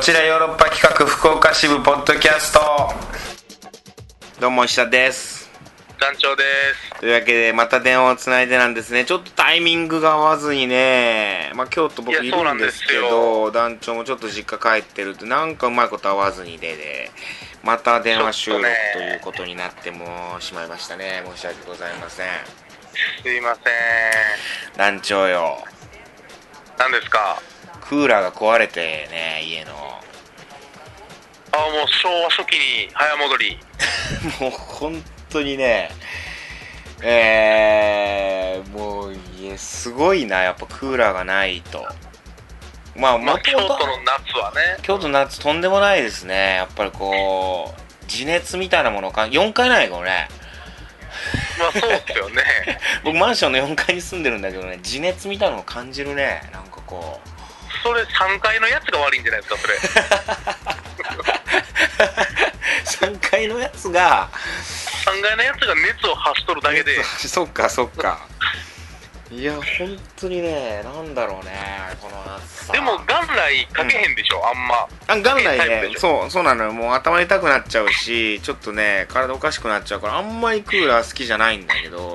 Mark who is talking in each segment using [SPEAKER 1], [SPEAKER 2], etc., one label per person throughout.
[SPEAKER 1] ちらヨーロッパ企画福岡支部ポッドキャストどうも石田です
[SPEAKER 2] 団長です。
[SPEAKER 1] というわけでまた電話をつないでなんですねちょっとタイミングが合わずにね、まあ、京都僕
[SPEAKER 2] い
[SPEAKER 1] い
[SPEAKER 2] やそう
[SPEAKER 1] る
[SPEAKER 2] なんん
[SPEAKER 1] で
[SPEAKER 2] ですす
[SPEAKER 1] け
[SPEAKER 2] よ
[SPEAKER 1] ど団長もちょっと実家帰ってるってなんかうまいこと合わずにで、ね、また電話収録
[SPEAKER 2] ちょっ
[SPEAKER 1] と
[SPEAKER 2] とね
[SPEAKER 1] いうことになってもしまいましたね申し訳ございません
[SPEAKER 2] すいません。
[SPEAKER 1] 団長よ
[SPEAKER 2] 何ですか
[SPEAKER 1] クーラーが壊れてね家の
[SPEAKER 2] あ、もう昭和初期に早戻り。
[SPEAKER 1] もう本当にね、えー、もういえすごいな、やっぱクーラーがないと。まあ、
[SPEAKER 2] ま
[SPEAKER 1] も
[SPEAKER 2] あ、
[SPEAKER 1] と
[SPEAKER 2] 京
[SPEAKER 1] も
[SPEAKER 2] 都
[SPEAKER 1] と
[SPEAKER 2] の夏はね。
[SPEAKER 1] 京都の夏とんでもないですね。やっぱりこう、地熱みたいなものか、4階ないこれ ね。
[SPEAKER 2] まあ、そうっす よね。
[SPEAKER 1] 僕マンションの4階に住んでるんだけどね、地熱みたいなのを感じるね。なんかこ う。
[SPEAKER 2] それ3階のやつが悪いんじゃないですか、それ。
[SPEAKER 1] 3階のやつが、
[SPEAKER 2] 3階のやつが熱を発しとるだけで。
[SPEAKER 1] そっかそっか。いや、本当にね、なんだろうね、この夏さ。
[SPEAKER 2] でも、元来かけへんでしょ、あんま。
[SPEAKER 1] あ元来
[SPEAKER 2] タイプ
[SPEAKER 1] ね
[SPEAKER 2] でしょ
[SPEAKER 1] そうそうなのよもう頭痛くなっちゃうしちょっとね体おかしくなっちゃうからあんまりクーラー好きじゃないんだけど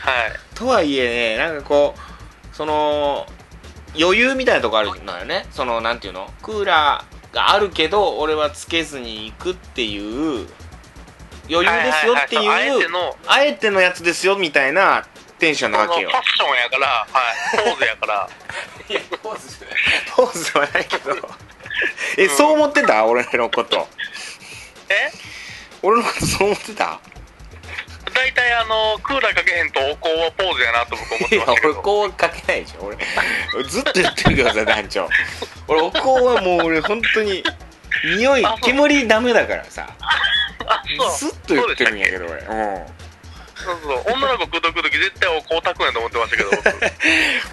[SPEAKER 2] はい。
[SPEAKER 1] とはいえねなんかこうその余裕みたいなとこあるのよねそのなんていうのクーラーがあるけど俺はつけずに行くっていう余裕ですよっていう、
[SPEAKER 2] はははあえての、
[SPEAKER 1] あえてのやつですよみたいなテンションな
[SPEAKER 2] その
[SPEAKER 1] わ
[SPEAKER 2] フ
[SPEAKER 1] け
[SPEAKER 2] ァ
[SPEAKER 1] よ
[SPEAKER 2] ッションやから、はい。ポーズ やから。
[SPEAKER 1] いやポーズポーズはないけどえ、そう思ってた俺のこと
[SPEAKER 2] え
[SPEAKER 1] 俺のことそう思ってた
[SPEAKER 2] 大体あの、クーラーかけへんとお香はポーズやなと僕思っ
[SPEAKER 1] い
[SPEAKER 2] て
[SPEAKER 1] や
[SPEAKER 2] ましたけ
[SPEAKER 1] 俺
[SPEAKER 2] ど。
[SPEAKER 1] こうかけないでしょ俺俺ずっと言ってるけどさ団長俺お香はもう俺本当に匂い
[SPEAKER 2] あそう
[SPEAKER 1] 煙ダメだからさ
[SPEAKER 2] あ、
[SPEAKER 1] ず
[SPEAKER 2] そう。
[SPEAKER 1] っと言ってるんやけど俺うん
[SPEAKER 2] そうそう。女の子くどくどき絶対お香炊くんやと思ってましたけど、僕。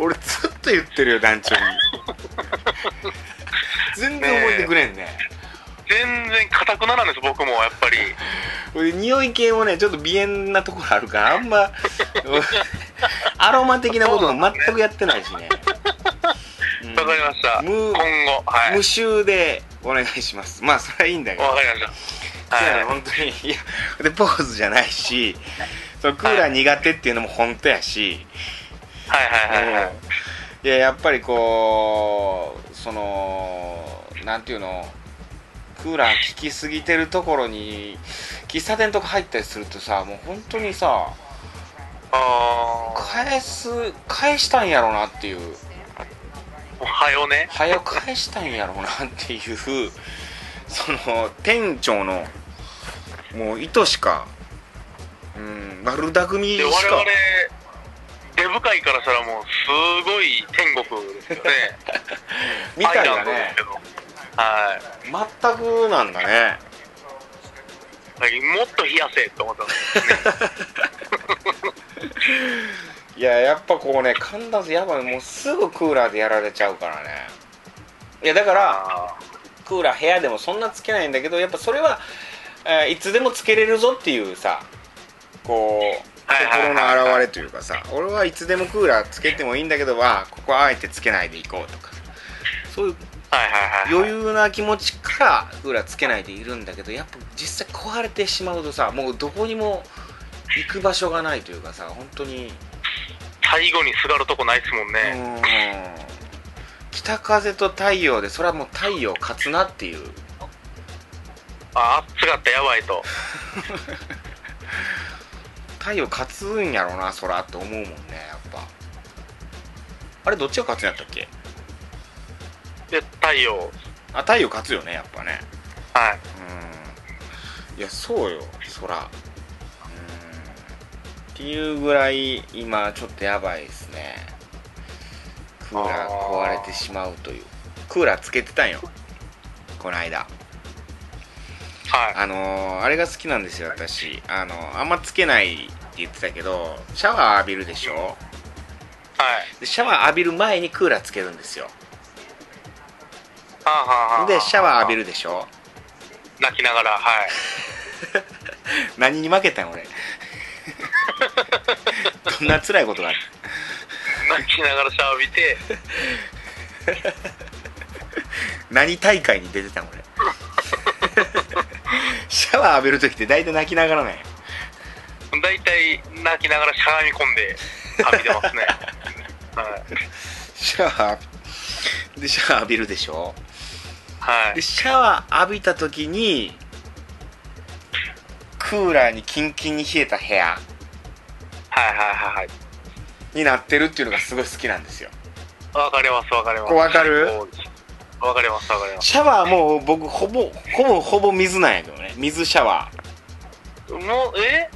[SPEAKER 1] 俺ずっと言ってるよ団長 に全然覚えてくれんね
[SPEAKER 2] 全然硬くならないです僕もやっぱり
[SPEAKER 1] 俺匂い系もねちょっと鼻炎なところあるからあん まアロマ的なことも全くやってないしねうん
[SPEAKER 2] わかりました、
[SPEAKER 1] む
[SPEAKER 2] 今後はい
[SPEAKER 1] 無臭でお願いしますまあそれはいいんだけど
[SPEAKER 2] わかりました
[SPEAKER 1] そうやね、
[SPEAKER 2] はい
[SPEAKER 1] 本当にいやでポーズじゃないしそのクーラー苦手っていうのも本当やし、
[SPEAKER 2] はいはいはいはい
[SPEAKER 1] いややっぱりこうそのなんていうのクーラー効きすぎてるところに喫茶店とか入ったりするとさもう本当にさ
[SPEAKER 2] ああ
[SPEAKER 1] 返す返したんやろうなっていう
[SPEAKER 2] おはようね
[SPEAKER 1] 早く返したんやろうなっていうその店長のもう意図しかうん悪巧みし
[SPEAKER 2] で
[SPEAKER 1] か
[SPEAKER 2] 我々デブ界からしたらもうすごい天国ですよね
[SPEAKER 1] みたいな
[SPEAKER 2] アイランドです
[SPEAKER 1] ね
[SPEAKER 2] けどはい
[SPEAKER 1] 全くなんだね
[SPEAKER 2] もっと冷やせって思ったんです
[SPEAKER 1] いややっぱこうね寒暖差やばいもうすぐクーラーでやられちゃうからねいやだから
[SPEAKER 2] あ
[SPEAKER 1] クーラー部屋でもそんなつけないんだけどやっぱそれは、えーいつでもつけれるぞっていうさこう
[SPEAKER 2] はいはいはい
[SPEAKER 1] 心の表れというかさ俺はいつでもクーラーつけてもいいんだけどはここはあえてつけないでいこうとかそういう
[SPEAKER 2] ーはいはいはい
[SPEAKER 1] 余裕な気持ちからクーラーつけないでいるんだけどやっぱ実際壊れてしまうとさもうどこにも行く場所がないというかさ本当に
[SPEAKER 2] 最後にすがるとこないですもん
[SPEAKER 1] う
[SPEAKER 2] ね、
[SPEAKER 1] ーん北風と太陽でそれはもう太陽勝つなっていう
[SPEAKER 2] ああ暑かったやばいと
[SPEAKER 1] 太陽勝つんやろうなそらって思うもんねやっぱあれどっちが勝つんやったっけ
[SPEAKER 2] で太陽
[SPEAKER 1] あ太陽勝つよねやっぱね
[SPEAKER 2] はい
[SPEAKER 1] うんいやそうよそらうんっていうぐらい今ちょっとやばいですねクーラー壊れてしまうというクーラーつけてたんよこの間
[SPEAKER 2] はい
[SPEAKER 1] あのーあれが好きなんですよ私あのーあんまつけないって言ってたけどシャワー浴びるでしょ
[SPEAKER 2] はい
[SPEAKER 1] でシャワー浴びる前にクーラーつけるんですよ
[SPEAKER 2] はあはあはあ
[SPEAKER 1] でシャワー浴びるでしょ
[SPEAKER 2] 泣きながらはい
[SPEAKER 1] 何に負けたん俺 どんな辛いことがある
[SPEAKER 2] 泣きながらシャワー浴びて
[SPEAKER 1] 何大会に出てたの俺 シャワー浴びる時って大体泣きながらね
[SPEAKER 2] 大体泣きながらしゃがみ込んで浴びてますねはい
[SPEAKER 1] シャワーでシャワー浴びるでしょ
[SPEAKER 2] はい
[SPEAKER 1] でシャワー浴びた時にクーラーにキンキンに冷えた部屋
[SPEAKER 2] はいはいはいはい
[SPEAKER 1] になってるっていうのがすごい好きなんですよ
[SPEAKER 2] わかりますわかります
[SPEAKER 1] こうわかる
[SPEAKER 2] こうわかりますわかります
[SPEAKER 1] シャワーもう僕ほぼほぼほぼ水なんやけどね水シャワ
[SPEAKER 2] もうえ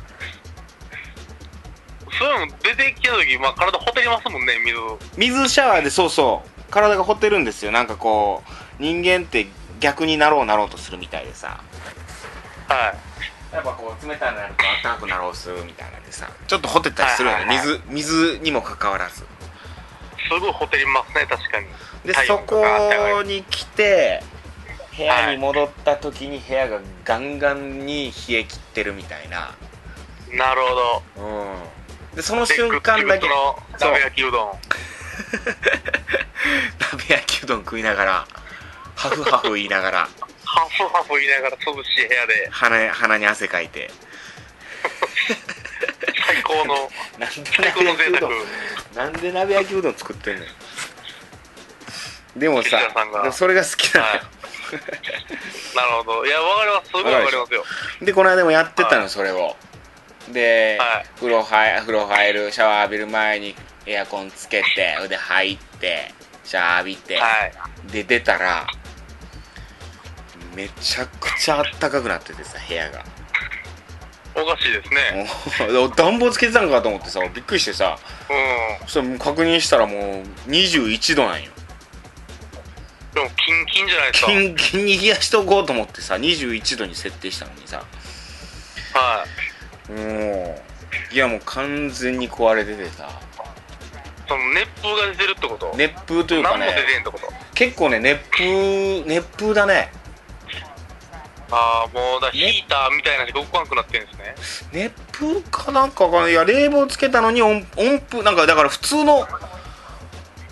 [SPEAKER 2] そういうの出てきた時、まあ、体ほてりますもんね水
[SPEAKER 1] ー水シャワーでそうそう体がほてるんですよなんかこう人間って逆になろうなろうとするみたいでさ
[SPEAKER 2] はい
[SPEAKER 1] やっぱこう冷たいのやると暖かくなろうするみたいなんでさちょっとほてったりするよね
[SPEAKER 2] はいはいは
[SPEAKER 1] 水水にもかかわらず
[SPEAKER 2] すごいほてりますね確かに
[SPEAKER 1] で
[SPEAKER 2] 体
[SPEAKER 1] そ
[SPEAKER 2] 温とかあったかい
[SPEAKER 1] こに来て部屋に戻った時に部屋がガンガンに冷え切ってるみたいな、
[SPEAKER 2] なるほど
[SPEAKER 1] うん、でその
[SPEAKER 2] で
[SPEAKER 1] 瞬間だけ
[SPEAKER 2] グッツグツの鍋焼きうどん
[SPEAKER 1] 鍋焼きうどん 食いながらハフハフ言いながら
[SPEAKER 2] ハフハフ言いながら涼しい部屋で
[SPEAKER 1] 鼻鼻に汗かいて
[SPEAKER 2] 最高の
[SPEAKER 1] なんで
[SPEAKER 2] 最高
[SPEAKER 1] 鍋
[SPEAKER 2] の
[SPEAKER 1] 焼き
[SPEAKER 2] 贅
[SPEAKER 1] うど
[SPEAKER 2] 沢
[SPEAKER 1] んなんで鍋焼きうどん作ってんのよでもさ
[SPEAKER 2] 吉田さんが
[SPEAKER 1] でもそれが好きなのよ、
[SPEAKER 2] はいなるほどいやわかりますすごいわかりますよ
[SPEAKER 1] でこの間もやってたのよそれをで、
[SPEAKER 2] はい
[SPEAKER 1] 風呂入風呂入るシャワー浴びる前にエアコンつけて腕入ってシャワー浴びて、
[SPEAKER 2] はい
[SPEAKER 1] で出たらめちゃくちゃあったかくなっててさ部屋が
[SPEAKER 2] おかしいですね
[SPEAKER 1] もう 暖房つけてたんかと思ってさびっくりしてさ
[SPEAKER 2] うん
[SPEAKER 1] そしたらもう確認したらもう21度なんよ
[SPEAKER 2] でもキンキンじゃないです
[SPEAKER 1] キンキンに冷やしとこうと思ってさ21度に設定したのにさ
[SPEAKER 2] かはい
[SPEAKER 1] もういやもう完全に壊れててさ
[SPEAKER 2] その熱風が出てるってこと
[SPEAKER 1] 熱風というか
[SPEAKER 2] 何も出て
[SPEAKER 1] ね
[SPEAKER 2] んってこと
[SPEAKER 1] 結構ね熱風熱風だね
[SPEAKER 2] ああもうだからヒーターみたいなのが動かなくなってるんですね
[SPEAKER 1] 熱風かなんかかないや冷房つけたのに温温風なんかだから普通の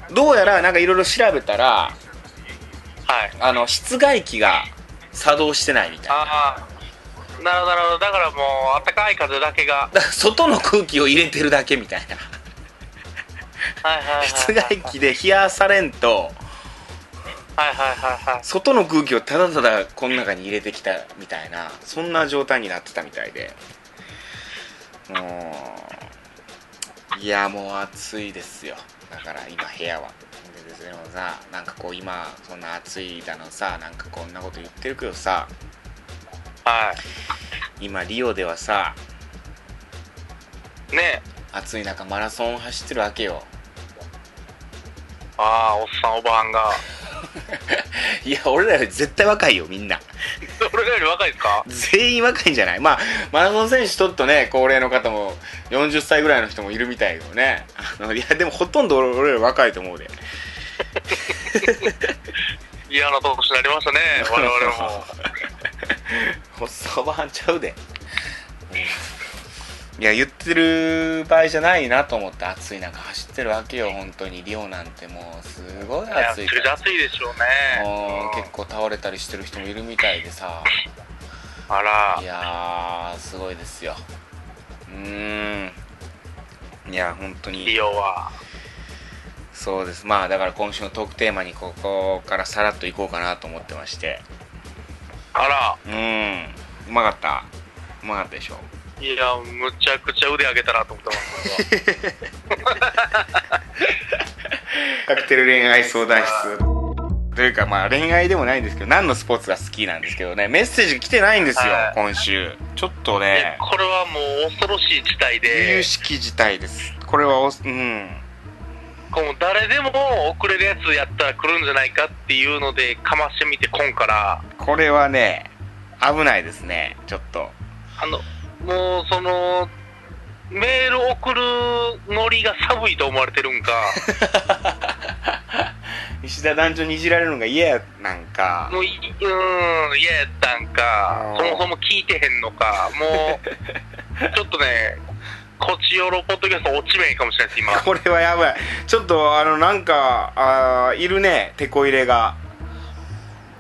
[SPEAKER 1] どうやらなんかいろいろ調べたら
[SPEAKER 2] はい
[SPEAKER 1] あの室外機が作動してないみたいな
[SPEAKER 2] ああなるほどなるほどだからもう暖かい風だけが
[SPEAKER 1] だから外の空気を入れてるだけみたいな
[SPEAKER 2] はいはいはいはい
[SPEAKER 1] 室外機で冷やされんと
[SPEAKER 2] はいはいはいはい
[SPEAKER 1] 外の空気をただただこの中に入れてきたみたいなそんな状態になってたみたいでうーんいやもう暑いですよだから今部屋はでででもさなんかこう今そんな暑いだのさなんかこんなこと言ってるけどさ
[SPEAKER 2] はい
[SPEAKER 1] 今リオではさ
[SPEAKER 2] ね
[SPEAKER 1] 暑い中マラソンを走ってるわけよ
[SPEAKER 2] ああおっさんおばはんが
[SPEAKER 1] いや俺らより絶対若いよみんな
[SPEAKER 2] 俺らより若いですか
[SPEAKER 1] 全員若いんじゃないまあマラソン選手ちょっとね高齢の方も40歳ぐらいの人もいるみたいよねあのいやでもほとんど俺俺ら若いと思うで
[SPEAKER 2] 嫌な年になりましたね我々 も
[SPEAKER 1] おっさんおばはんちゃうで、うんいや言ってる場合じゃないなと思って暑い中走ってるわけよ本当にリオなんてもうすごい
[SPEAKER 2] いや
[SPEAKER 1] 暑
[SPEAKER 2] め
[SPEAKER 1] い
[SPEAKER 2] ち
[SPEAKER 1] か
[SPEAKER 2] ゃくちゃ
[SPEAKER 1] ら
[SPEAKER 2] 暑いでしょうね
[SPEAKER 1] もう
[SPEAKER 2] うん
[SPEAKER 1] 結構倒れたりしてる人もいるみたいでさ
[SPEAKER 2] あら
[SPEAKER 1] いやーすごいですようーんいや本当に
[SPEAKER 2] リオは
[SPEAKER 1] そうですまあだから今週のトークテーマにここからさらっといこうかなと思ってまして
[SPEAKER 2] あら
[SPEAKER 1] うんうまかったうまかったでしょ
[SPEAKER 2] いやむちゃくちゃ腕上げたなと思って ます僕は
[SPEAKER 1] カクテル恋愛相談室というかまあ恋愛でもないんですけど何のスポーツが好きなんですけどねメッセージ来てないんですよ、
[SPEAKER 2] はい
[SPEAKER 1] 今週ちょっと
[SPEAKER 2] え
[SPEAKER 1] ね
[SPEAKER 2] これはもう恐ろしい事態
[SPEAKER 1] 有
[SPEAKER 2] で
[SPEAKER 1] 識事態ですこれはおうん
[SPEAKER 2] こう誰でも遅れるやつやったら来るんじゃないかっていうのでかましてみて今から
[SPEAKER 1] これはね危ないですねちょっと
[SPEAKER 2] あのもうそのメール送るノリが寒いと思われてるんか
[SPEAKER 1] 石田団長にいじられるのが嫌やなんか
[SPEAKER 2] もういうん嫌やったんか
[SPEAKER 1] あー
[SPEAKER 2] そもそも聞いてへんのか もうちょっとねこちよろポッドキャスト落ち目かもしれないです今
[SPEAKER 1] これはやばいちょっとあのなんかあーいるねてこ入れが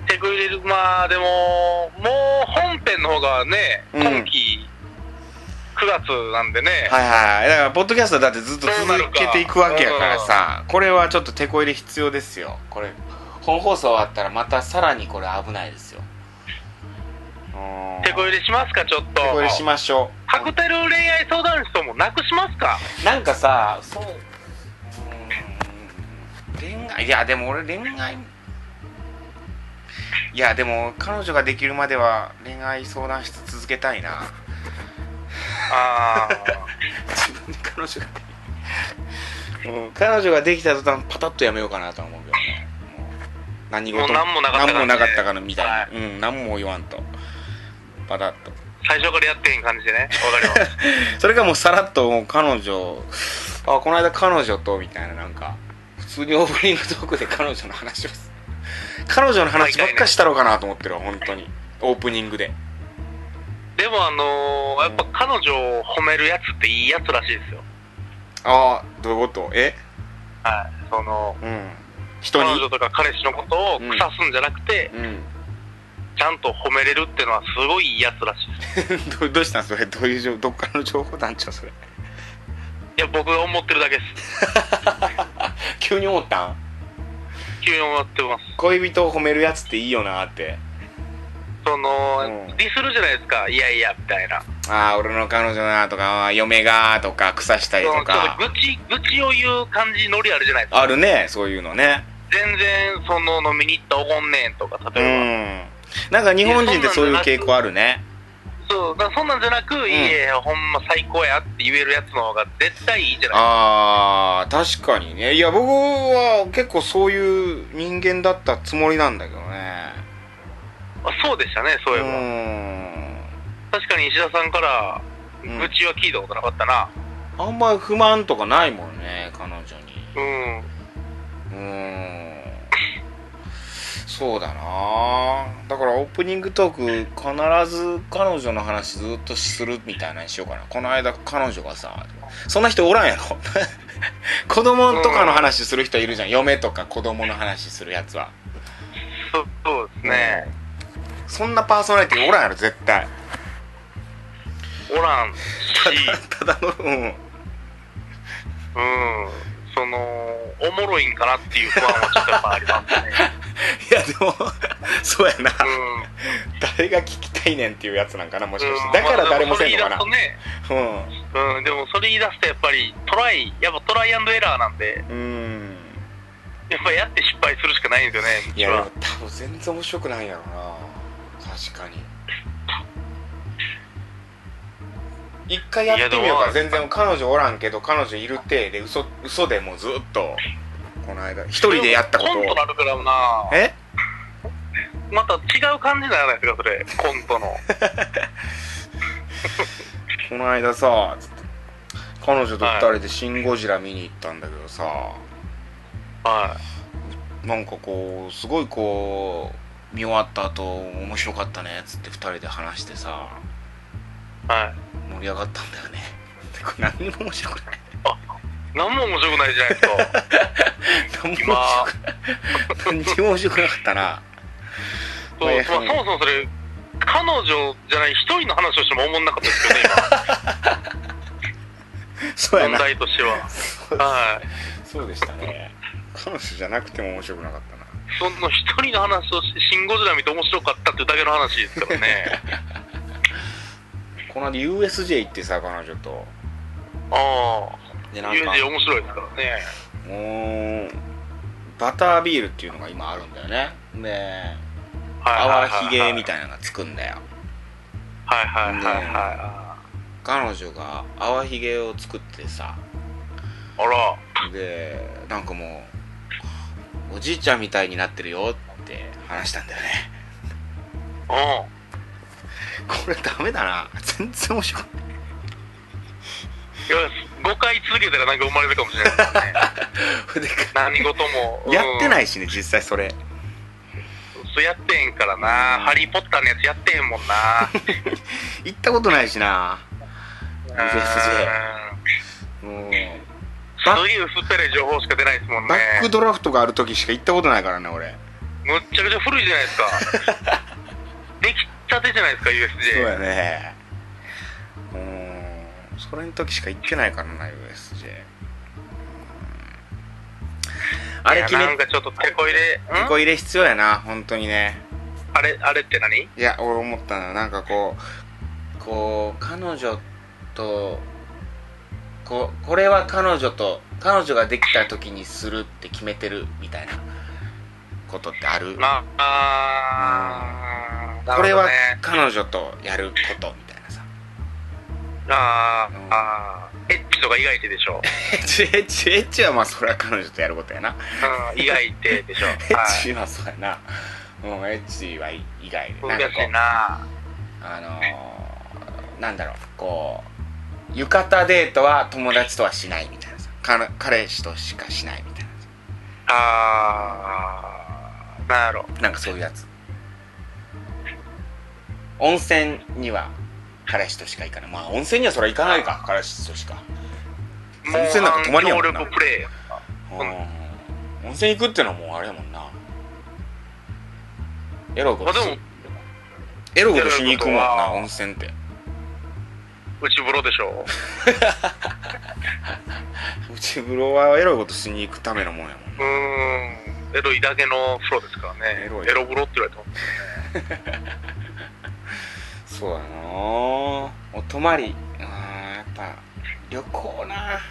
[SPEAKER 2] 手こ入れる、まあでも、もう本編の方がね、
[SPEAKER 1] うん
[SPEAKER 2] 今期9月なんでね、
[SPEAKER 1] はいはいだからポッドキャストだってずっと
[SPEAKER 2] どうなる
[SPEAKER 1] 続
[SPEAKER 2] か
[SPEAKER 1] けていくわけやからさこれはちょっと手こ入れ必要ですよこれ本放送終わったらまたさらにこれ危ないですようん
[SPEAKER 2] 手こ入れしますか、ちょっと。
[SPEAKER 1] 手こ入れしましょ
[SPEAKER 2] カクテル恋愛相談室ともなくしますか
[SPEAKER 1] うなんかさそううん恋愛いやでも俺恋愛いやでも彼女ができるまでは恋愛相談室続けたいな
[SPEAKER 2] あ
[SPEAKER 1] 自分に彼女ができ た、うん、彼女ができた途端パタッとやめようかなとは思うけどねもう何事
[SPEAKER 2] もう何もなかったからね
[SPEAKER 1] 何もなかったからみたいな、
[SPEAKER 2] はい
[SPEAKER 1] うん何も言わんとパタッと
[SPEAKER 2] ー最初からやってへん感じでね。わかります。
[SPEAKER 1] それがもうさらっともう彼女あこの間彼女とみたいななんか普通にオープニングトークで彼女の話をす彼女の話ばっかしたろうかなと思ってるわ本当にオープニングで
[SPEAKER 2] でもあのー、やっぱ彼女を褒めるやつっていいやつらしいですよ。
[SPEAKER 1] ああどういうことえ
[SPEAKER 2] はい。その、
[SPEAKER 1] うん人
[SPEAKER 2] 彼
[SPEAKER 1] に
[SPEAKER 2] 女とか彼氏のことを腐すんじゃなくて、
[SPEAKER 1] うん
[SPEAKER 2] ちゃんと褒めれるってのはすごいいいやつらしいです。
[SPEAKER 1] どどうしたんそれどういう情どっからの情報団長それ
[SPEAKER 2] いや、僕が思ってるだけです。
[SPEAKER 1] 急に思ったん
[SPEAKER 2] 急に思ってます。
[SPEAKER 1] 恋人を褒めるやつっていいよなって
[SPEAKER 2] その、
[SPEAKER 1] うん
[SPEAKER 2] ディスるじゃないですか。いやいや、みたいな。
[SPEAKER 1] ああ俺の彼女なとかあー嫁がとか草したり
[SPEAKER 2] そ
[SPEAKER 1] と
[SPEAKER 2] のちょっ
[SPEAKER 1] か
[SPEAKER 2] と愚痴、愚痴を言う感じ、ノリあるじゃないですか。
[SPEAKER 1] あるねそういうのね
[SPEAKER 2] 全然、その、飲みに行ったおごんねんとか、
[SPEAKER 1] う
[SPEAKER 2] 例えば。
[SPEAKER 1] んなんか日本人ってそういう傾向あるね
[SPEAKER 2] そう、だからそんなんじゃなく、いいえ、ほんま最高やって言えるやつの方が絶対いいじゃない
[SPEAKER 1] ああ確かにねいや僕は結構そういう人間だったつもりなんだけどね
[SPEAKER 2] あそうでしたね、そういえば。
[SPEAKER 1] ん
[SPEAKER 2] 確かに石田さんから、
[SPEAKER 1] うん
[SPEAKER 2] 愚痴は聞いたことなかったな。
[SPEAKER 1] あんまり不満とかないもんね彼女に
[SPEAKER 2] うん。
[SPEAKER 1] うーんそうだなだからオープニングトーク必ず彼女の話ずっとするみたいなにしようかなこの間彼女がさそんな人おらんやろ 子供とかの話する人いるじゃん嫁とか子供の話するやつは
[SPEAKER 2] そそうですね。
[SPEAKER 1] そんなパーソナリティおらんやろ絶対
[SPEAKER 2] おらんし、
[SPEAKER 1] ただのうん
[SPEAKER 2] うん。その、おもろいんかなっていう不安はちょっとやっぱありますね。
[SPEAKER 1] いやでも そうやな
[SPEAKER 2] うん。
[SPEAKER 1] 誰が聞きたいねんっていうやつなんかなもしかし
[SPEAKER 2] うん
[SPEAKER 1] てだから誰もせんのかな
[SPEAKER 2] まあでもそれ言い出す
[SPEAKER 1] うん
[SPEAKER 2] とね、うん、でもそれ言い出すとやっぱりトライ、やっぱトライアンドエラーなんで、
[SPEAKER 1] うーん
[SPEAKER 2] やっぱりやって失敗するしかないんですよね、
[SPEAKER 1] いやでも多分全然面白くないやろな確かに一回やってみようか
[SPEAKER 2] いやで
[SPEAKER 1] 全然彼女おらんけど彼女いる体で嘘嘘でもうずっとこの間一人でやったこ
[SPEAKER 2] コント
[SPEAKER 1] と
[SPEAKER 2] なるからな
[SPEAKER 1] え
[SPEAKER 2] また違う感じにならないですかそ れコントの
[SPEAKER 1] この間さつって彼女と二人で「シン・ゴジラ」見に行ったんだけどさ、
[SPEAKER 2] は
[SPEAKER 1] なんかこうすごいこう見終わった後面白かったねっつって二人で話してさ
[SPEAKER 2] いは
[SPEAKER 1] 盛り上がったんだよね これ何にも面白くない
[SPEAKER 2] い何も面白くないじゃないです か
[SPEAKER 1] 何も面白くない何
[SPEAKER 2] 今
[SPEAKER 1] にも面白くなかったな
[SPEAKER 2] そう、まあ、そもそもそれ彼女じゃない一人の話をしても思んなかったですけどね
[SPEAKER 1] そうや
[SPEAKER 2] 今
[SPEAKER 1] な
[SPEAKER 2] 問題としては
[SPEAKER 1] そう
[SPEAKER 2] はい
[SPEAKER 1] そうでしたね彼女じゃなくても面白くなかったな
[SPEAKER 2] その一人の話をして「シン・ゴジラ」見て面白かったっていうだけの話ですか らね
[SPEAKER 1] この間 USJ 行ってさ彼女と
[SPEAKER 2] ああ
[SPEAKER 1] でなんか
[SPEAKER 2] USJ 面白いですから
[SPEAKER 1] も
[SPEAKER 2] ね
[SPEAKER 1] うバタービールっていうのが今あるんだよねで
[SPEAKER 2] はいはいはい
[SPEAKER 1] 泡ひげみたいなのがつくんだよ
[SPEAKER 2] はいはいはいはいはい
[SPEAKER 1] 彼女が泡ひげを作ってさ
[SPEAKER 2] あら
[SPEAKER 1] でなんかもうおじいちゃんみたいになってるよって話したんだよね
[SPEAKER 2] うん
[SPEAKER 1] これダメだな全然面白く ない
[SPEAKER 2] いや5回続けたらなんか生まれるかもしれないで すね
[SPEAKER 1] で
[SPEAKER 2] 何事も、
[SPEAKER 1] やってないいしね実際それ
[SPEAKER 2] そうやってへんからな「ハリー・ポッター」のやつやってへん もんな
[SPEAKER 1] 行ったことないしな USJ
[SPEAKER 2] う
[SPEAKER 1] もう
[SPEAKER 2] ーんすげえ薄っぺらい情報しか出ないですもん
[SPEAKER 1] バ
[SPEAKER 2] ね
[SPEAKER 1] ックドラフトがある時しか行ったことないからね俺
[SPEAKER 2] むっちゃくちゃ古いじゃないですか できたてじゃないですか
[SPEAKER 1] そう
[SPEAKER 2] USJ
[SPEAKER 1] やねうんそれの時しか行ってないからな USJ うんあれ
[SPEAKER 2] いや
[SPEAKER 1] 決め
[SPEAKER 2] なんかちょっと手こ入れん
[SPEAKER 1] てこ入れ必要やな本当にね
[SPEAKER 2] あれあれって何
[SPEAKER 1] いや俺思ったのはなんかこうこう彼女とここれは彼女と彼女ができた時にするって決めてるみたいなことってある、
[SPEAKER 2] まああーな
[SPEAKER 1] これ
[SPEAKER 2] るほ
[SPEAKER 1] は
[SPEAKER 2] どね
[SPEAKER 1] 彼女とやることみたいなさ
[SPEAKER 2] あー
[SPEAKER 1] うん
[SPEAKER 2] あーエッチとか意外てでしょ、
[SPEAKER 1] エッチエッチエッチはまあそれは彼女とやることやな
[SPEAKER 2] うん、意外てでし ょ
[SPEAKER 1] エッチはそうやな、うん、エッチは以外で
[SPEAKER 2] はい
[SPEAKER 1] なんか
[SPEAKER 2] 難しい
[SPEAKER 1] こ
[SPEAKER 2] な
[SPEAKER 1] うあのー、なんだろうこう浴衣デートは友達とはしないみたいなさ彼彼氏としかしないみたいな
[SPEAKER 2] あーなんやろ
[SPEAKER 1] さなんかそういうやつ温泉には彼氏としか行かないまあ温泉にはそれは行かないか彼氏としか
[SPEAKER 2] も
[SPEAKER 1] 先生なんか泊まりやもんな
[SPEAKER 2] う能力プレイ
[SPEAKER 1] うん温泉行くってのはもうあれやもんなエロいこ
[SPEAKER 2] まあ
[SPEAKER 1] と
[SPEAKER 2] で
[SPEAKER 1] し
[SPEAKER 2] も
[SPEAKER 1] エロいことしに行くもん
[SPEAKER 2] エロいこ
[SPEAKER 1] な
[SPEAKER 2] とは
[SPEAKER 1] 温泉って
[SPEAKER 2] 内風呂でしょ
[SPEAKER 1] 内風呂はエロいことしに行くためのもんやもん
[SPEAKER 2] うーんエロいだけの風呂ですからね
[SPEAKER 1] エロい
[SPEAKER 2] エロ風呂って言われても
[SPEAKER 1] そうやなお泊まりあーやっぱ旅行な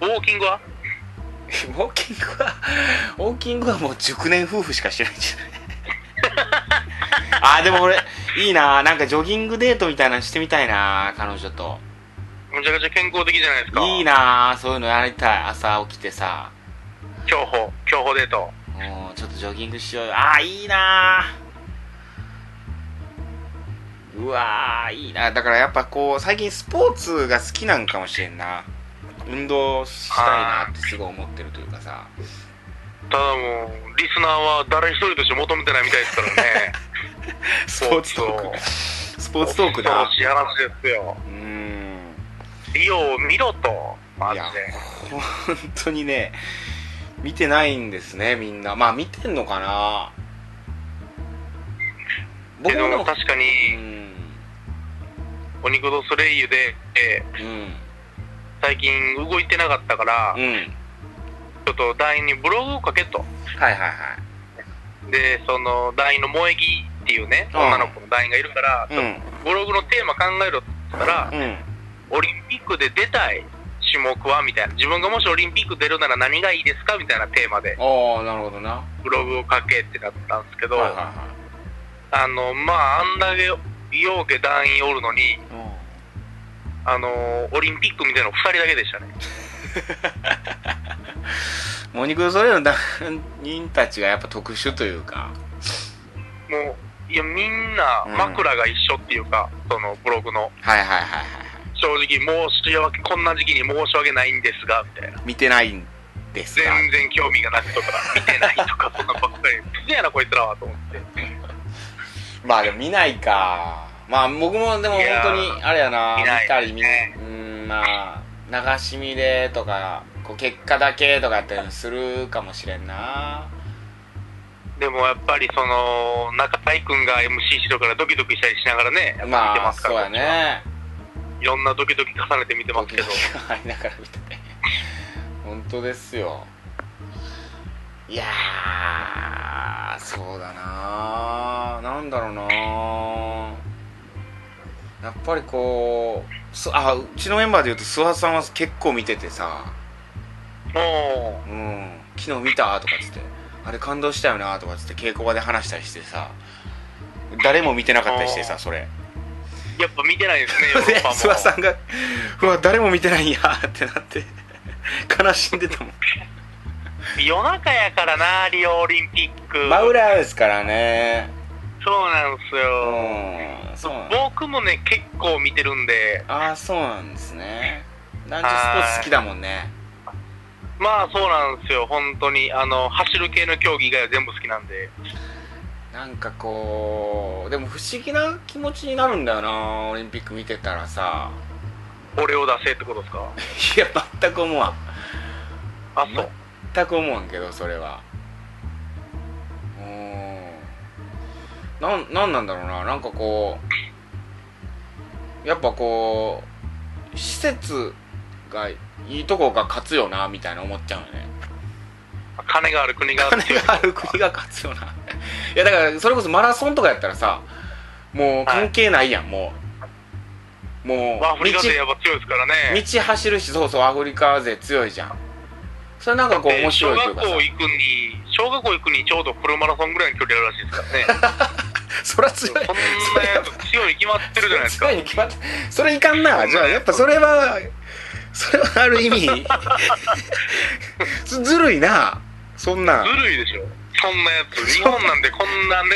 [SPEAKER 2] ウォーキングは
[SPEAKER 1] ウォーキングはウォーキングはもう熟年夫婦しかしてないん じゃないあーでも俺いいななんかジョギングデートみたいなのしてみたいな彼女と
[SPEAKER 2] むちゃくちゃ健康的じゃないですか
[SPEAKER 1] いいなそういうのやりたい朝起きてさ
[SPEAKER 2] 競歩競歩デート
[SPEAKER 1] もうちょっとジョギングしようよああいいなーうわーいいなだからやっぱこう最近スポーツが好きなんかもしれんな運動したいなってすごい思ってるというかさ
[SPEAKER 2] ただもうリスナーは誰一人として求めてないみたいですから ね
[SPEAKER 1] スポーツトークスポーツトークだ
[SPEAKER 2] 恐ろしい話ですよ
[SPEAKER 1] うーん
[SPEAKER 2] リオを見ろとマ
[SPEAKER 1] い
[SPEAKER 2] ジ
[SPEAKER 1] や
[SPEAKER 2] で
[SPEAKER 1] 本当にね見てないんですねみんなまあ見てんのかな僕
[SPEAKER 2] ででも
[SPEAKER 1] も
[SPEAKER 2] 確か
[SPEAKER 1] う
[SPEAKER 2] に
[SPEAKER 1] ん
[SPEAKER 2] 「お肉とスレイユで」えー
[SPEAKER 1] うん
[SPEAKER 2] 最近動いてなかったから、
[SPEAKER 1] うん
[SPEAKER 2] ちょっと団員にブログを書けと
[SPEAKER 1] はいはいはい
[SPEAKER 2] でその団員の萌え木っていうね
[SPEAKER 1] うん
[SPEAKER 2] 女の子の団員がいるから、
[SPEAKER 1] う
[SPEAKER 2] ちょっ
[SPEAKER 1] ん
[SPEAKER 2] とブログのテーマ考えろって言ったら、
[SPEAKER 1] うん
[SPEAKER 2] オリンピックで出たい種目はみたいな自分がもしオリンピック出るなら何がいいですかみたいなテーマで
[SPEAKER 1] ああなるほどなは
[SPEAKER 2] ブログを書けってなったんですけ
[SPEAKER 1] い
[SPEAKER 2] ど、
[SPEAKER 1] はい
[SPEAKER 2] あのまああんだけようけ団員おるのに
[SPEAKER 1] は
[SPEAKER 2] あのオリンピックみたいなの2人だけでしたね
[SPEAKER 1] いモニクロそれの団員たちがやっぱ特殊というか
[SPEAKER 2] もういやみんな
[SPEAKER 1] うん
[SPEAKER 2] 枕が一緒っていうか、そのブログの
[SPEAKER 1] はいはいはいはいは
[SPEAKER 2] 正直申し訳こんな時期に申し訳ないんですがみたいない
[SPEAKER 1] 見てないんですが
[SPEAKER 2] 全然興味がなくとか見てないとか そんなんばっかり不やなこいつらはと思って
[SPEAKER 1] まあでも見ないかまあ僕もでも本
[SPEAKER 2] いや
[SPEAKER 1] 当
[SPEAKER 2] ー
[SPEAKER 1] にあれやな
[SPEAKER 2] 見ない
[SPEAKER 1] 見たり見
[SPEAKER 2] ね
[SPEAKER 1] うんまあ流し見でとかこう結果だけとかってするかもしれんな
[SPEAKER 2] でもやっぱりその中居君が MC しろからドキドキしたりしながらねやっぱ見て
[SPEAKER 1] ま
[SPEAKER 2] ま
[SPEAKER 1] あ
[SPEAKER 2] すか
[SPEAKER 1] そう
[SPEAKER 2] ら
[SPEAKER 1] やね
[SPEAKER 2] いろんなドキドキ重ねて見てますけど
[SPEAKER 1] 時 々ありながら見てて本当ですよいやーそうだなーなんだろうなーやっぱりこうすあうちのメンバーでいうと諏訪さんは結構見ててさ
[SPEAKER 2] も
[SPEAKER 1] 「うん昨日見た?」とかっつって「あれ感動したよな」とかっつって稽古場で話したりしてさ誰も見てなかったりしてさそれ
[SPEAKER 2] うやっぱ見てないですねヨ ーロ
[SPEAKER 1] で
[SPEAKER 2] ッパも
[SPEAKER 1] 諏訪さんが「うわ誰も見てないんや」ってなって悲しんでたもん
[SPEAKER 2] 夜中やからなリオオリンピック
[SPEAKER 1] 真裏ですからね
[SPEAKER 2] そうなんです
[SPEAKER 1] う
[SPEAKER 2] よ、
[SPEAKER 1] んそうなん
[SPEAKER 2] 僕もね結構見てるんで
[SPEAKER 1] ああそうなんですね男女スポーツ好きだもんね
[SPEAKER 2] まあそうなんですよ本当にあの走る系の競技以外は全部好きなんで
[SPEAKER 1] なんかこうでも不思議な気持ちになるんだよなオリンピック見てたらさ
[SPEAKER 2] 俺を出せってことですか
[SPEAKER 1] いや全く思わん
[SPEAKER 2] あそう
[SPEAKER 1] 全く思わんけどそれはなんなんなんだろうななんかこうやっぱこう施設がいいとこが勝つよなみたいな思っちゃうよね
[SPEAKER 2] 金がある国があるって
[SPEAKER 1] 金
[SPEAKER 2] いう
[SPEAKER 1] がある国が勝つよな いやだからそれこそマラソンとかやったらさもう関係ないやん、もうもう
[SPEAKER 2] まあアフリカ勢やっぱ強いですからね
[SPEAKER 1] 道走るしそうそうアフリカ勢強いじゃんそれなんかこう
[SPEAKER 2] で
[SPEAKER 1] 面
[SPEAKER 2] 小
[SPEAKER 1] 白いとい
[SPEAKER 2] 学
[SPEAKER 1] うか
[SPEAKER 2] 校
[SPEAKER 1] さ
[SPEAKER 2] 行くに小学校行くにちょうどフルマラソンぐらいの距離あるらしいですからね
[SPEAKER 1] そら
[SPEAKER 2] そ
[SPEAKER 1] 強
[SPEAKER 2] ん
[SPEAKER 1] い
[SPEAKER 2] なやつ強いに決まってるじゃないですか
[SPEAKER 1] 強いに決まってそれいかんなじゃあやっぱそれはそれはある意味 ずずるいなそんな
[SPEAKER 2] ずるいでしょそんなやつ日本なんでこんなね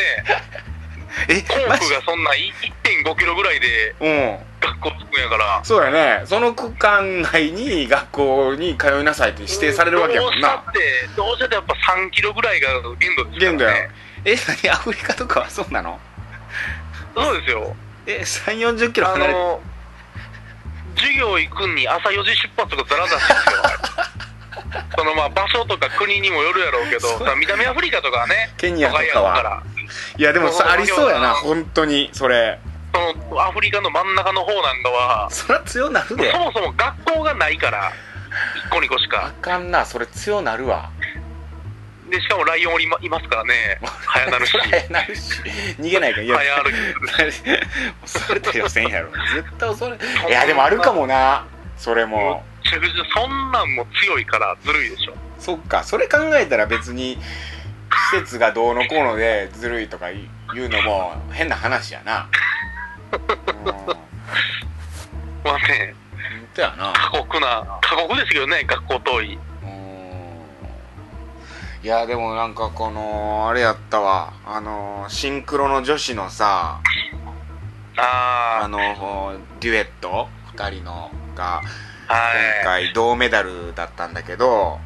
[SPEAKER 1] え
[SPEAKER 2] コー
[SPEAKER 1] マジ
[SPEAKER 2] クがそんな1 5キロぐらいで
[SPEAKER 1] うん
[SPEAKER 2] 学校着くんやから
[SPEAKER 1] そうやねその区間内に学校に通いなさいって指定されるわけやもんな
[SPEAKER 2] どうしたってどうしたってやっぱ3キロぐらいが限度ですから、ね、
[SPEAKER 1] 限度やえ何アフリカとかはそうなの
[SPEAKER 2] そうですよ
[SPEAKER 1] え3 4 0キロ
[SPEAKER 2] あ
[SPEAKER 1] 離れて
[SPEAKER 2] の授業行くんに朝4時出発とかザラザラです よそのまあ場所とか国にもよるやろうけど
[SPEAKER 1] そう
[SPEAKER 2] さ南アフリカとかはね
[SPEAKER 1] ケニ
[SPEAKER 2] 都
[SPEAKER 1] アと
[SPEAKER 2] 会や
[SPEAKER 1] か
[SPEAKER 2] か
[SPEAKER 1] は
[SPEAKER 2] ら
[SPEAKER 1] いやでも
[SPEAKER 2] そう
[SPEAKER 1] さありそうやな
[SPEAKER 2] そう
[SPEAKER 1] 本当にそれ
[SPEAKER 2] そのアフリカの真ん中の方なんかは
[SPEAKER 1] そら強なる
[SPEAKER 2] そ
[SPEAKER 1] で
[SPEAKER 2] もそも学校がないから1個2個し
[SPEAKER 1] あ
[SPEAKER 2] か
[SPEAKER 1] かんなそれ強なるわ
[SPEAKER 2] でしかもライオンおりまいますからね早なる し
[SPEAKER 1] そら早なるし逃げないからいや
[SPEAKER 2] 早歩き
[SPEAKER 1] 恐れたりはせんやろ絶対恐れいやでもあるかもなそれも
[SPEAKER 2] めちゃくちゃそんなんも強いからずるいでしょ
[SPEAKER 1] そっかそれ考えたら別に施設がどうのこうのでずるいとか言うのも変な話やなうん本
[SPEAKER 2] まあね
[SPEAKER 1] 当やな
[SPEAKER 2] 過酷な過酷ですけどね学校遠い
[SPEAKER 1] うんいやでもなんかこのあれやったわあのシンクロの女子のさあ
[SPEAKER 2] あ
[SPEAKER 1] のデュエット2人のが
[SPEAKER 2] あ
[SPEAKER 1] 今
[SPEAKER 2] はい
[SPEAKER 1] 回銅メダルだったんだけど、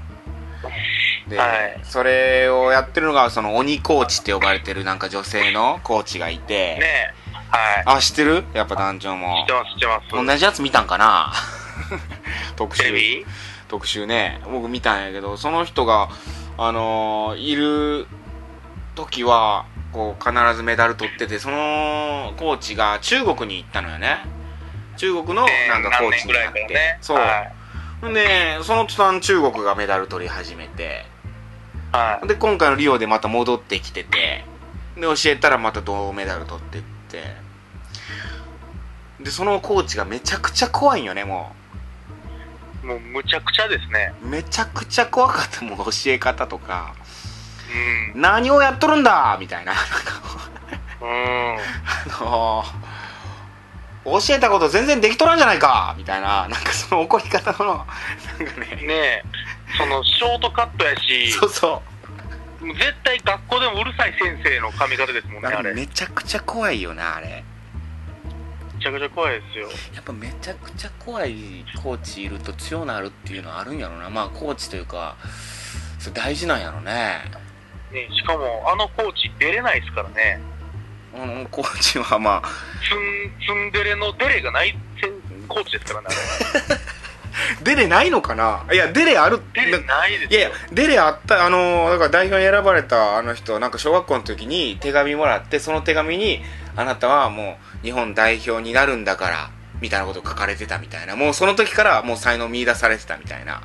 [SPEAKER 1] で
[SPEAKER 2] はい
[SPEAKER 1] それをやってるのがその鬼コーチって呼ばれてるなんか女性のコーチがいて、
[SPEAKER 2] ねはい
[SPEAKER 1] あ知ってるやっぱ団長
[SPEAKER 2] 知っ
[SPEAKER 1] も
[SPEAKER 2] てます知ってます
[SPEAKER 1] 同じやつ見たんかな 特
[SPEAKER 2] テレ
[SPEAKER 1] 集
[SPEAKER 2] ビ
[SPEAKER 1] 特集ね僕見たんやけどその人があのーいる時はこう必ずメダル取っててそのコーチが中国に行ったのよね中国の
[SPEAKER 2] ね
[SPEAKER 1] なんかコ
[SPEAKER 2] 何
[SPEAKER 1] ーチ
[SPEAKER 2] 年
[SPEAKER 1] に
[SPEAKER 2] ぐ
[SPEAKER 1] な
[SPEAKER 2] ら
[SPEAKER 1] っ
[SPEAKER 2] い
[SPEAKER 1] て、
[SPEAKER 2] からね
[SPEAKER 1] そう、
[SPEAKER 2] はい
[SPEAKER 1] ほんで、その途端中国がメダル取り始めて、
[SPEAKER 2] は
[SPEAKER 1] で、今回のリオでまた戻ってきてて、で、教えたらまた銅メダル取ってって、で、そのコーチがめちゃくちゃ怖いんよね、も
[SPEAKER 2] いもうむちゃくちゃですね
[SPEAKER 1] う。めちゃくちゃ怖かった、もう教え方とか、
[SPEAKER 2] うん
[SPEAKER 1] 何をやっとるんだみたいな、なんかこう
[SPEAKER 2] うん
[SPEAKER 1] あのー教えたこと全然できとらんじゃないかみたいな、なんかその怒り方の、なんかね、
[SPEAKER 2] ねえそのショートカットやし
[SPEAKER 1] そうそう。
[SPEAKER 2] もう絶対学校でもうるさい先生の髪型ですもんねあれめ
[SPEAKER 1] めちゃくちゃ怖いよな、あれ。
[SPEAKER 2] ちゃくちゃ怖いですよ
[SPEAKER 1] やっぱめちゃくちゃ怖いコーチいると強なるっていうのはあるんやろなまあコーチというかそれ大事なんやろね
[SPEAKER 2] ねしかもあのコーチ出れないですからね
[SPEAKER 1] うんコーチはまあ
[SPEAKER 2] ツンツンデレのデレがないせんコーチですからね
[SPEAKER 1] デレないのかないやデレある
[SPEAKER 2] あれデレないです
[SPEAKER 1] いや
[SPEAKER 2] よ
[SPEAKER 1] いやデレあったあのーだから代表に選ばれたあの人なんか小学校の時に手紙もらってその手紙に「あなたはもう日本代表になるんだから」みたいなこと書かれてたみたいなもうその時からもう才能見出されてたみたいな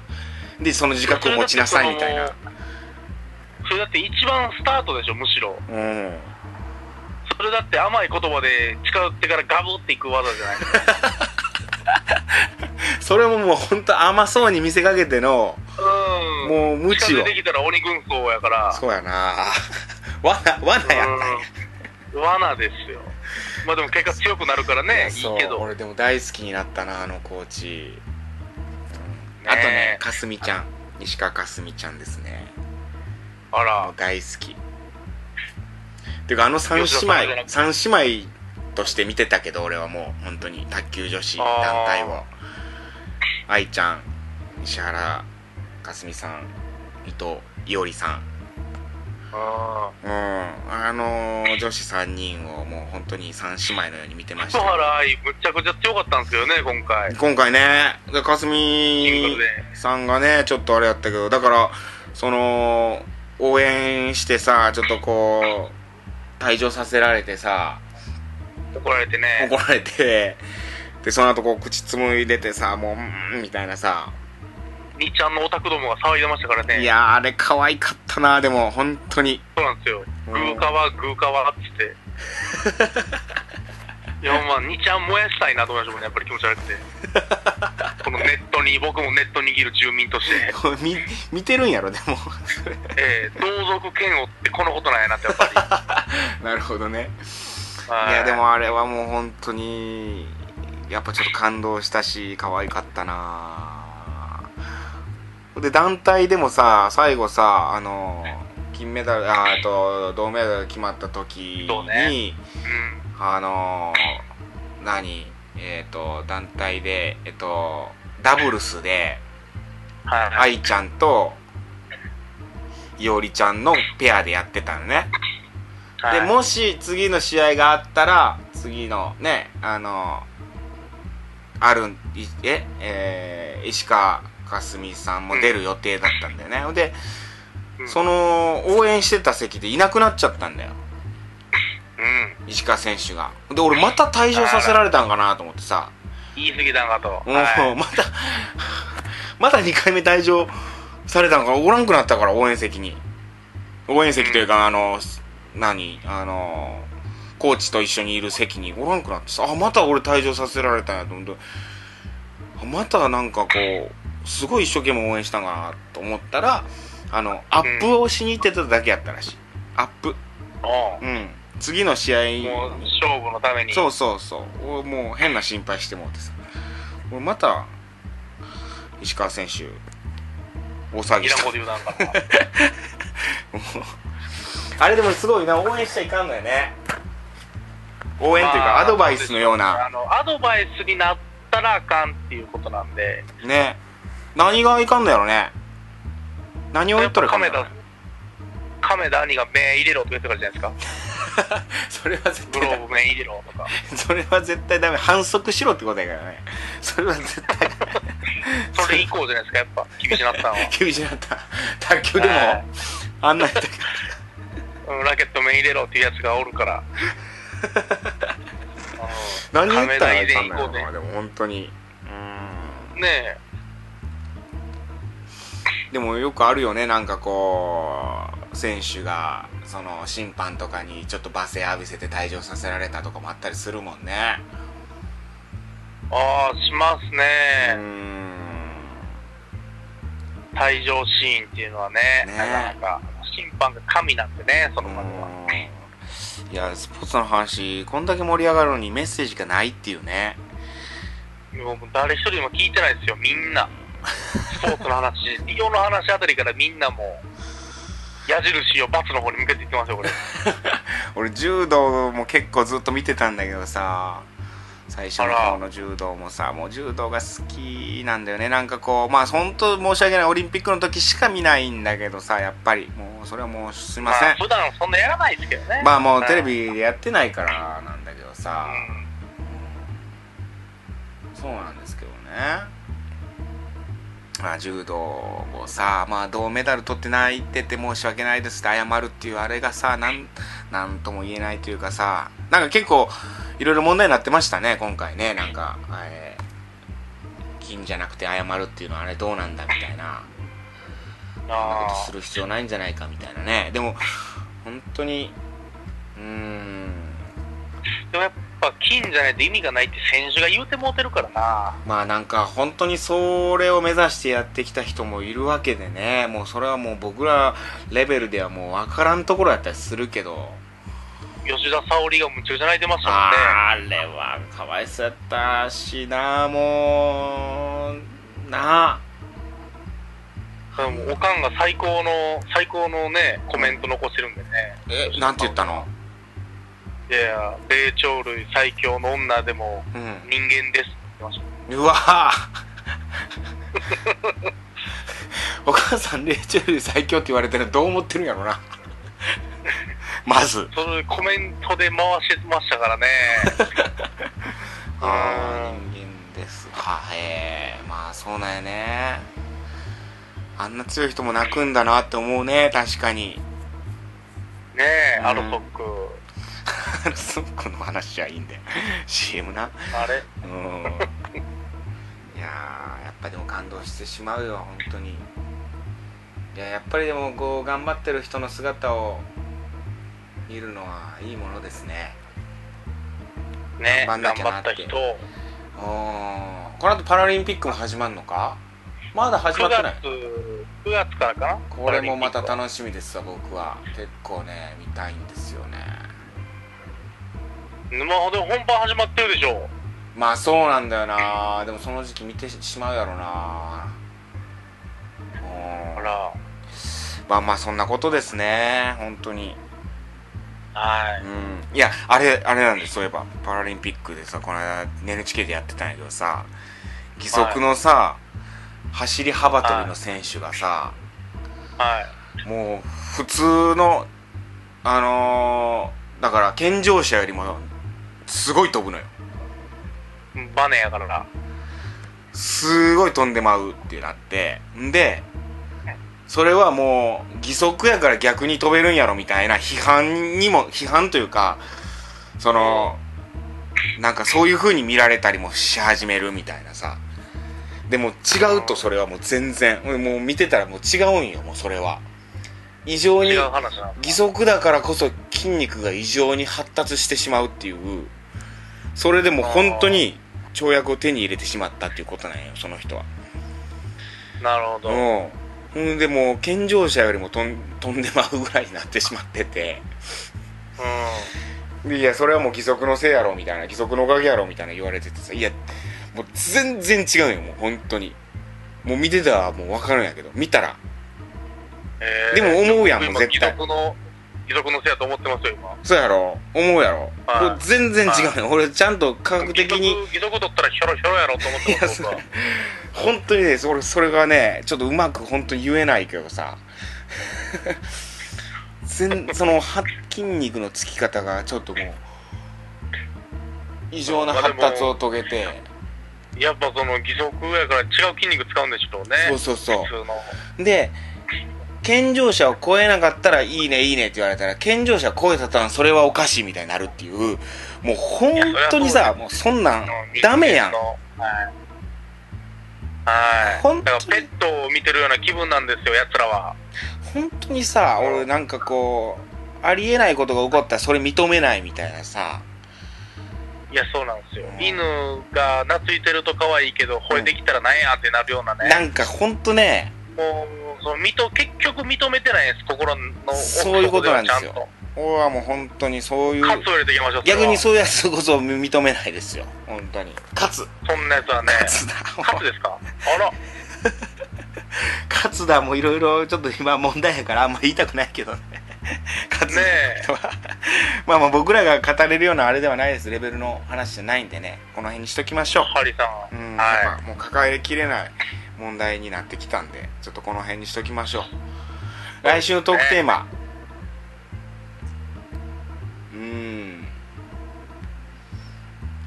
[SPEAKER 1] でその自覚を持ちなさいみたいな
[SPEAKER 2] それだって一番スタートでしょむしろ
[SPEAKER 1] うん
[SPEAKER 2] それだって甘い言葉で使ってからガブっていく技じゃないですか
[SPEAKER 1] それももう本当甘そうに見せかけての
[SPEAKER 2] うん
[SPEAKER 1] もう無知
[SPEAKER 2] 近づ
[SPEAKER 1] を
[SPEAKER 2] いてきたら鬼軍曹やから
[SPEAKER 1] そうやな 罠罠やったんや
[SPEAKER 2] うん罠ですよまあでも結果強くなるからねいい
[SPEAKER 1] そう
[SPEAKER 2] けど
[SPEAKER 1] 俺でも大好きになったなあのコーチ、うん
[SPEAKER 2] ねえ
[SPEAKER 1] あとねかすみちゃん西川かすみちゃんですね
[SPEAKER 2] あ
[SPEAKER 1] あ
[SPEAKER 2] ら
[SPEAKER 1] 大好きていうかあの三
[SPEAKER 2] 吉田さん
[SPEAKER 1] 姉
[SPEAKER 2] じゃな
[SPEAKER 1] 妹
[SPEAKER 2] く
[SPEAKER 1] 三姉妹として見てたけど俺はもう本当に卓球女子団体を愛ちゃん石原かすみさん伊藤伊織さん
[SPEAKER 2] あ
[SPEAKER 1] うん、あのー女子3人をもう本当に3姉妹のように見てまし
[SPEAKER 2] 福
[SPEAKER 1] た
[SPEAKER 2] 原愛むちゃくちゃ強かったんですけどね今回
[SPEAKER 1] 今回ねでかす
[SPEAKER 2] シング
[SPEAKER 1] み
[SPEAKER 2] ルで
[SPEAKER 1] さんがねちょっとあれやったけどだからその応援してさちょっとこう退場させられてさ
[SPEAKER 2] 怒られてね
[SPEAKER 1] 怒られてでその後こう口つむいでてさもううーんみたいなさ
[SPEAKER 2] 兄ちゃんのオタクどもが騒いでましたからね
[SPEAKER 1] いやーあれ可愛かったなでも本当に
[SPEAKER 2] そうなんですよグーカワグーカワっつって いやまあ兄ちゃん燃やしたいなと思いましたもんねやっぱり気持ち悪くて このネットに僕もネットに握る住民として、
[SPEAKER 1] こう見見てるんやろでも
[SPEAKER 2] えー、同族嫌悪ってこのことなんやなってやっぱり
[SPEAKER 1] なるほどね
[SPEAKER 2] はい
[SPEAKER 1] やでもあれはもう本当にやっぱちょっと感動したし可愛かったなで団体でもさ最後さあの金メダルああと銅メダル決まった時
[SPEAKER 2] そう
[SPEAKER 1] に、
[SPEAKER 2] ねうん
[SPEAKER 1] あの何えっ、と団体でえっ、とダブルスで
[SPEAKER 2] はい、はい、
[SPEAKER 1] 愛ちゃんといおりちゃんのペアでやってたのねでもし次の試合があったら次のねあのあるんいええー石川佳純さんも出る予定だったんだよね、で
[SPEAKER 2] うん
[SPEAKER 1] その応援してた席でいなくなっちゃったんだよ
[SPEAKER 2] うん
[SPEAKER 1] 石川選手がで俺また退場させられたんかなと思ってさ
[SPEAKER 2] 言い過ぎたんかと、
[SPEAKER 1] うん
[SPEAKER 2] はい
[SPEAKER 1] またまた2回目退場されたんかおらんくなったから応援席に応援席というか、あの何あのコーチと一緒にいる席におらんくなってさあまた俺退場させられたんやと思ってあまたなんかこうすごい一生懸命応援したんかなと思ったらあのアップをしに行ってただけやったらしいアップ
[SPEAKER 2] お
[SPEAKER 1] うん次の試合
[SPEAKER 2] うもう勝負のために
[SPEAKER 1] そうそうそう俺もう変な心配してもうてさ俺また石川選手大騒ぎ
[SPEAKER 2] いら
[SPEAKER 1] した
[SPEAKER 2] んこと言うたんかと
[SPEAKER 1] もうあれでもすごいな応援しちゃいかんのよね応援という
[SPEAKER 2] ま
[SPEAKER 1] か
[SPEAKER 2] あ
[SPEAKER 1] アドバイスのよう
[SPEAKER 2] あ
[SPEAKER 1] な
[SPEAKER 2] のアドバイスになったらあかんっていうことなんで
[SPEAKER 1] ね何がいかんのやろね何を言ったらいかんのやろ
[SPEAKER 2] 亀田亀田兄が目入れろとか言ってたからじ ゃないですか
[SPEAKER 1] それは絶
[SPEAKER 2] グ
[SPEAKER 1] 対
[SPEAKER 2] ロ
[SPEAKER 1] ダメ
[SPEAKER 2] ーブ目入れろとか
[SPEAKER 1] それは絶対ダメ反則しろってことやからねそれは絶対
[SPEAKER 2] それ以降じゃないですかやっぱ厳しくなったのは
[SPEAKER 1] 厳しになった卓球でも
[SPEAKER 2] はい
[SPEAKER 1] あんなんやった
[SPEAKER 2] うんラケット目入れろっていうやつがおるから、うん
[SPEAKER 1] 何言ったんや
[SPEAKER 2] 亀
[SPEAKER 1] っ
[SPEAKER 2] 田
[SPEAKER 1] た
[SPEAKER 2] 以
[SPEAKER 1] んだ
[SPEAKER 2] 前
[SPEAKER 1] ろう
[SPEAKER 2] 行こうね
[SPEAKER 1] なでも本当に
[SPEAKER 2] ね
[SPEAKER 1] でもよくあるよねなんかこう選手がその審判とかにちょっと罵声浴びせて退場させられたとかもあったりするもんね
[SPEAKER 2] えああします
[SPEAKER 1] う
[SPEAKER 2] ね
[SPEAKER 1] ん
[SPEAKER 2] 退場シーンっていうのはね
[SPEAKER 1] ねえ
[SPEAKER 2] なかなか審判が神なんでねその場では、
[SPEAKER 1] いやスポーツの話こんだけ盛り上がるのにメッセージがないっていうね
[SPEAKER 2] もう誰一人も聞いてないですよみんなスポーツの話 リオの話あたりからみんなもう矢印をバツの方に向けていってますよこれ
[SPEAKER 1] 俺柔道も結構ずっと見てたんだけどさ最初の方の柔道もさもう柔道が好きなんだよねなんかこうまあ本当申し訳ないオリンピックの時しか見ないんだけどさやっぱりもうそれはもうすいませ
[SPEAKER 2] まあ
[SPEAKER 1] ん
[SPEAKER 2] 普段そんなやらないですけどね
[SPEAKER 1] まあもうテレ
[SPEAKER 2] うん
[SPEAKER 1] ビでやってないからなんだけどさそうなんですけどねまあ柔道をさまあ銅メダル取ってないってて申し訳ないですって謝るっていうあれがさなんなんとも言えないというかさなんか結構いろいろ問題になってましたね今回ねなんか、えー金じゃなくて謝るっていうのはあれどうなんだみたいなそんなこと
[SPEAKER 2] あ
[SPEAKER 1] する必要ないんじゃないかみたいなねでも本当にうーん
[SPEAKER 2] ーでもやっぱ金じゃないと意味がないって選手が言うてもうてるからな
[SPEAKER 1] まあなんか本当にそれを目指してやってきた人もいるわけでねもうそれはもう僕らレベルではもう分からんところやったりするけど
[SPEAKER 2] 吉田沙保里がむちゃくちゃ泣いてましたもんね
[SPEAKER 1] あれはかわいそうやったしなもうな
[SPEAKER 2] だからもうおかんが最高の最高のねコメント残してるんでね
[SPEAKER 1] えなんて言ったの
[SPEAKER 2] いやいや霊長類最強の女でも
[SPEAKER 1] う
[SPEAKER 2] 人間ですって言ってました
[SPEAKER 1] んうわぁ お母さん霊長類最強って言われてるのどう思ってるんやろなまず
[SPEAKER 2] それコメントで回してましたからね
[SPEAKER 1] あー
[SPEAKER 2] う
[SPEAKER 1] 人間ですはえー、まあそうなんやねあんな強い人も泣くんだなって思うね確かに
[SPEAKER 2] んねねえ、
[SPEAKER 1] うん
[SPEAKER 2] アルソック。
[SPEAKER 1] すごくの話はいいんだよ CM な
[SPEAKER 2] あれ
[SPEAKER 1] うんいやーやっぱでも感動してしまうよ本当にいややっぱりでもこう頑張ってる人の姿を見るのはいいものですね
[SPEAKER 2] ね
[SPEAKER 1] 頑張んな
[SPEAKER 2] 頑
[SPEAKER 1] きゃな
[SPEAKER 2] 張
[SPEAKER 1] っ
[SPEAKER 2] ってた人。
[SPEAKER 1] う
[SPEAKER 2] 9
[SPEAKER 1] んこの後パラリンピックも始まるのかまだ始まってない
[SPEAKER 2] 月、9月からかな
[SPEAKER 1] これもまた
[SPEAKER 2] パラリン
[SPEAKER 1] 楽しみですわ僕は結構ね見たいんですよね
[SPEAKER 2] ピックはまあでも本番始まってるでしょ。
[SPEAKER 1] まあそうなんだよなでもその時期見てしまうやろな
[SPEAKER 2] あ
[SPEAKER 1] うん
[SPEAKER 2] ら。
[SPEAKER 1] まあまあそんなことですね本当に
[SPEAKER 2] はい。
[SPEAKER 1] うんいやあれあれなんですそういえばパラリンピックでさこの間 NHK でやってたんやけどさ義足のさ、走り幅跳びの選手がさ、
[SPEAKER 2] はい。
[SPEAKER 1] もう普通のあのーだから健常者よりもすごい飛ぶのよ
[SPEAKER 2] バネやからな。
[SPEAKER 1] すごい飛んでまうってなってんでそれはもう義足やから逆に飛べるんやろみたいな批判にも批判というかそのなんかそういう風に見られたりもし始めるみたいなさでも違うとそれはもう全然もう見てたらもう違うんよもうそれは異常に
[SPEAKER 2] 違う話な。
[SPEAKER 1] 義足だからこそ筋肉が異常に発達してしまうっていうそれでもう本当に跳躍を手に入れてしまったっていうことなんよその人は
[SPEAKER 2] なるほど。
[SPEAKER 1] うんほんでもう健常者よりもとん飛んでまうぐらいになってしまってて
[SPEAKER 2] う
[SPEAKER 1] でいやそれはもう義足のせいやろみたいな義足のおかげやろみたいな言われててさいやもう全然違うんよもう本当にもう見てたらもう分かるんやけど見たら
[SPEAKER 2] ん。えー
[SPEAKER 1] でも思うやんもう
[SPEAKER 2] 今
[SPEAKER 1] 絶対
[SPEAKER 2] 義足の、義足のせいやと思ってますよ、今。
[SPEAKER 1] そうやろ思うやろ、
[SPEAKER 2] は
[SPEAKER 1] これ
[SPEAKER 2] い
[SPEAKER 1] 全然違うよ、俺ちゃんと科学的に
[SPEAKER 2] 義足義足取ったらヒョロヒョロやろと思ってます、
[SPEAKER 1] いや
[SPEAKER 2] 僕は。
[SPEAKER 1] 本当にねそれそれがねちょっとうまく本当に言えないけどさ 全そのは筋肉のつき方がちょっともう異常な発達を遂げて
[SPEAKER 2] やっぱその義足やから違う筋肉使うんでしょうね。
[SPEAKER 1] そうそうそ
[SPEAKER 2] 普通の。
[SPEAKER 1] うで健常者を超えなかったらいいねいいねって言われたら健常者を超えた途端それはおかしいみたいになるっていうもう本当に
[SPEAKER 2] いやそりゃそうだ
[SPEAKER 1] さ
[SPEAKER 2] よ
[SPEAKER 1] もうそんなんダメやん
[SPEAKER 2] はい。はい。
[SPEAKER 1] 本当
[SPEAKER 2] だ
[SPEAKER 1] に
[SPEAKER 2] からペットを見てるような気分なんですよ、奴らは。
[SPEAKER 1] 本当にさ俺なんかこうありえないことが起こったらそれ認めないみたいなさ
[SPEAKER 2] いや、そうなんですよ
[SPEAKER 1] う。ん
[SPEAKER 2] 犬が懐いてると可愛いけど、吠えてきたらなんやってなるようなね。
[SPEAKER 1] なんかほんとね、
[SPEAKER 2] もう、その認結局認めてないんです、心の奥底では
[SPEAKER 1] そういうことなんですよ
[SPEAKER 2] ちゃんと
[SPEAKER 1] 俺はもう本当にそういう、
[SPEAKER 2] 喝を入れていきましょう。それは
[SPEAKER 1] 逆にそういうやつこそ認めないですよ、本当に。勝つ、
[SPEAKER 2] そんなやつ はね。
[SPEAKER 1] 勝つだ、
[SPEAKER 2] 喝ですかあら。
[SPEAKER 1] 勝つだ、もういろいろちょっと今問題やからあんま言いたくないけどね。勝つ
[SPEAKER 2] ねえ
[SPEAKER 1] 人は、まあまあ僕らが語れるようなあれではないです、レベルの話じゃないんでね、この辺にしときましょう。
[SPEAKER 2] ハリさん。
[SPEAKER 1] うん、や
[SPEAKER 2] は
[SPEAKER 1] っぱもう抱えきれない問題になってきたんで、ちょっとこの辺にしときましょう。来週のトークテーマ。うーん。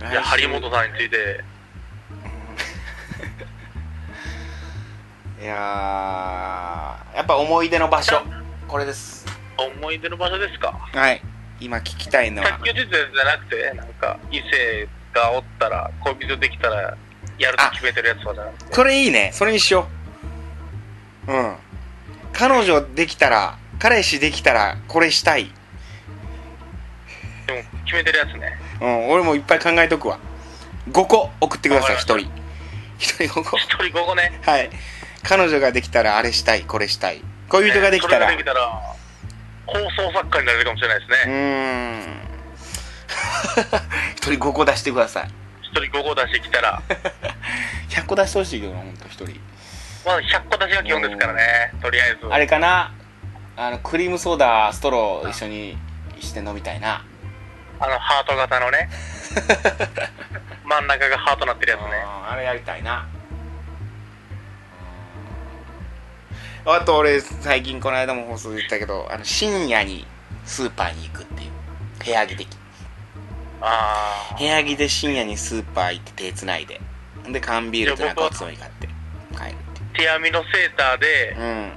[SPEAKER 2] い。いや、張
[SPEAKER 1] も
[SPEAKER 2] 本さんについて。
[SPEAKER 1] いやーやっぱ思い出の場所。これです。
[SPEAKER 2] 思い出の場所ですか
[SPEAKER 1] はい。今聞きたいのは
[SPEAKER 2] 卓。球術じゃなくて、なんか、異性がおったら、恋人できたら、やると決めてるやつはじゃなくて。
[SPEAKER 1] それいいね。それにしよう。うん。彼女できたら、彼氏できたら、これしたい。
[SPEAKER 2] でも、決めてるやつね。
[SPEAKER 1] うん、俺もいっぱい考えとくわ。5個送ってください、1
[SPEAKER 2] わか
[SPEAKER 1] 人。1人5個。
[SPEAKER 2] 一人ここね。
[SPEAKER 1] はい。彼女ができたら、あれしたい、これしたい。恋人ができたら。
[SPEAKER 2] それができたら、放送作家になれるかもしれないです
[SPEAKER 1] う
[SPEAKER 2] ね。
[SPEAKER 1] ーん。1人5個出してください。
[SPEAKER 2] 一人ここ出してきたら、
[SPEAKER 1] 100個出してほしいけどな、ほんと1人。
[SPEAKER 2] まあ、100個出しが基本ですからね。とりあえず。
[SPEAKER 1] あれかなあの、クリームソーダ、ストロー一緒にして飲みたいな。
[SPEAKER 2] あの、ハート型 のね。真ん中がハートになってるやつ
[SPEAKER 1] うん
[SPEAKER 2] ね。
[SPEAKER 1] あれやりたいなうんあと俺最近この間も放送で言ったけどあの深夜にスーパーに行くっていう部屋着的
[SPEAKER 2] あ
[SPEAKER 1] 部屋着で深夜にスーパー行って手つないでで缶ビールとなんかおつまみ買って帰るってい
[SPEAKER 2] ー。手編みのセーターで
[SPEAKER 1] う、うん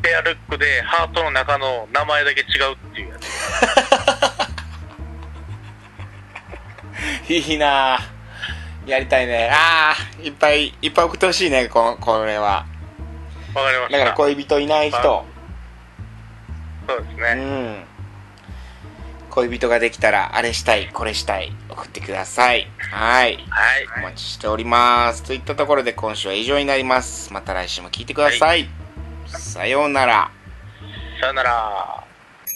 [SPEAKER 2] ペアルックでハートの中の名前だけ違うっていうやつ
[SPEAKER 1] いいなぁやりたいねああいっぱいいっぱい送ってほしいねこのこれは
[SPEAKER 2] わかりま
[SPEAKER 1] だ
[SPEAKER 2] した
[SPEAKER 1] から恋人いない人
[SPEAKER 2] そうです
[SPEAKER 1] う
[SPEAKER 2] ね
[SPEAKER 1] ん恋人ができたらあれしたいこれしたい送ってくださいはい
[SPEAKER 2] はい
[SPEAKER 1] お待ちしておりますといったところで今週は以上になりますまた来週も聞いてください、さようなら
[SPEAKER 2] さよなら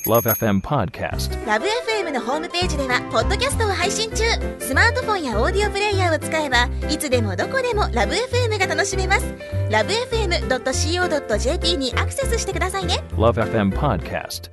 [SPEAKER 3] Love FM Podcast.
[SPEAKER 4] ラブ f m のホームページではポッドキャストを配信中スマートフォンやオーディオプレイヤーを使えばいつでもどこでもラブ f m が楽しめますラブ FM.co.jp にアクセスしてくださいね
[SPEAKER 3] Love FM Podcast.